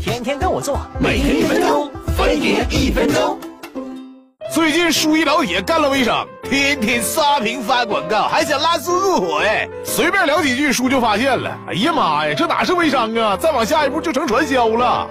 天天跟我做，每天一分钟，分别一分钟。最近书一老铁干了微商，天天刷屏发广告，还想拉私入伙哎！随便聊几句书就发现了，哎呀妈呀，这哪是微商啊？再往下一步就成传销了。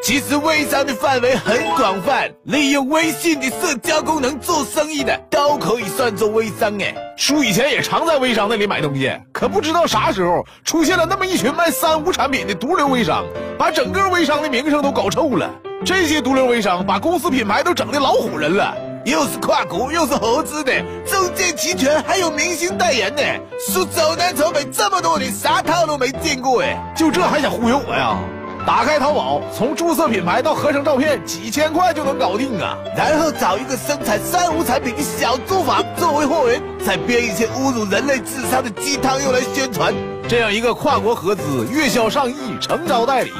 其实微商的范围很广泛，利用微信的社交功能做生意的都可以算作微商哎。叔以前也常在微商那里买东西，可不知道啥时候出现了那么一群卖三无产品的毒瘤微商，把整个微商的名声都搞臭了。这些毒瘤微商把公司品牌都整的老唬人了，又是跨国又是合资的，中介齐全，还有明星代言呢。叔走南闯北这么多年，啥套路没见过哎？就这还想忽悠我呀？打开淘宝，从注册品牌到合成照片，几千块就能搞定啊！然后找一个生产三无产品的小作坊作为货源，再编一些侮辱人类智商的鸡汤用来宣传。这样一个跨国合资、月销上亿、诚招代理、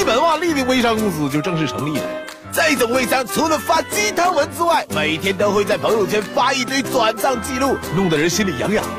一本万利的微商公司就正式成立了。这种微商除了发鸡汤文之外，每天都会在朋友圈发一堆转账记录，弄得人心里痒痒的。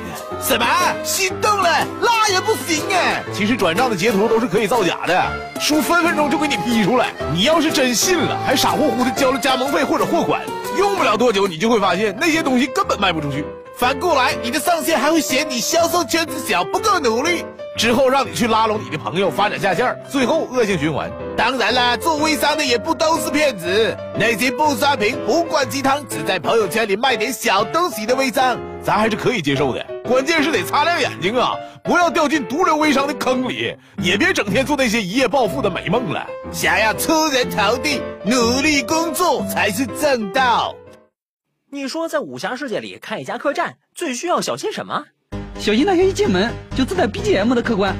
什么？心动了？那也不行啊！其实转账的截图都是可以造假的，叔分分钟就给你 P 出来。你要是真信了，还傻乎乎的交了加盟费或者货款，用不了多久你就会发现那些东西根本卖不出去。反过来，你的上线还会嫌你销售圈子小，不够努力。之后让你去拉拢你的朋友，发展下线儿，最后恶性循环。当然啦，做微商的也不都是骗子，那些不刷屏、不灌鸡汤，只在朋友圈里卖点小东西的微商，咱还是可以接受的。关键是得擦亮眼睛啊，不要掉进毒瘤微商的坑里，也别整天做那些一夜暴富的美梦了。想要出人头地，努力工作才是正道。你说在武侠世界里开一家客栈，最需要小心什么？小新大学一进门就自带 BGM 的客官，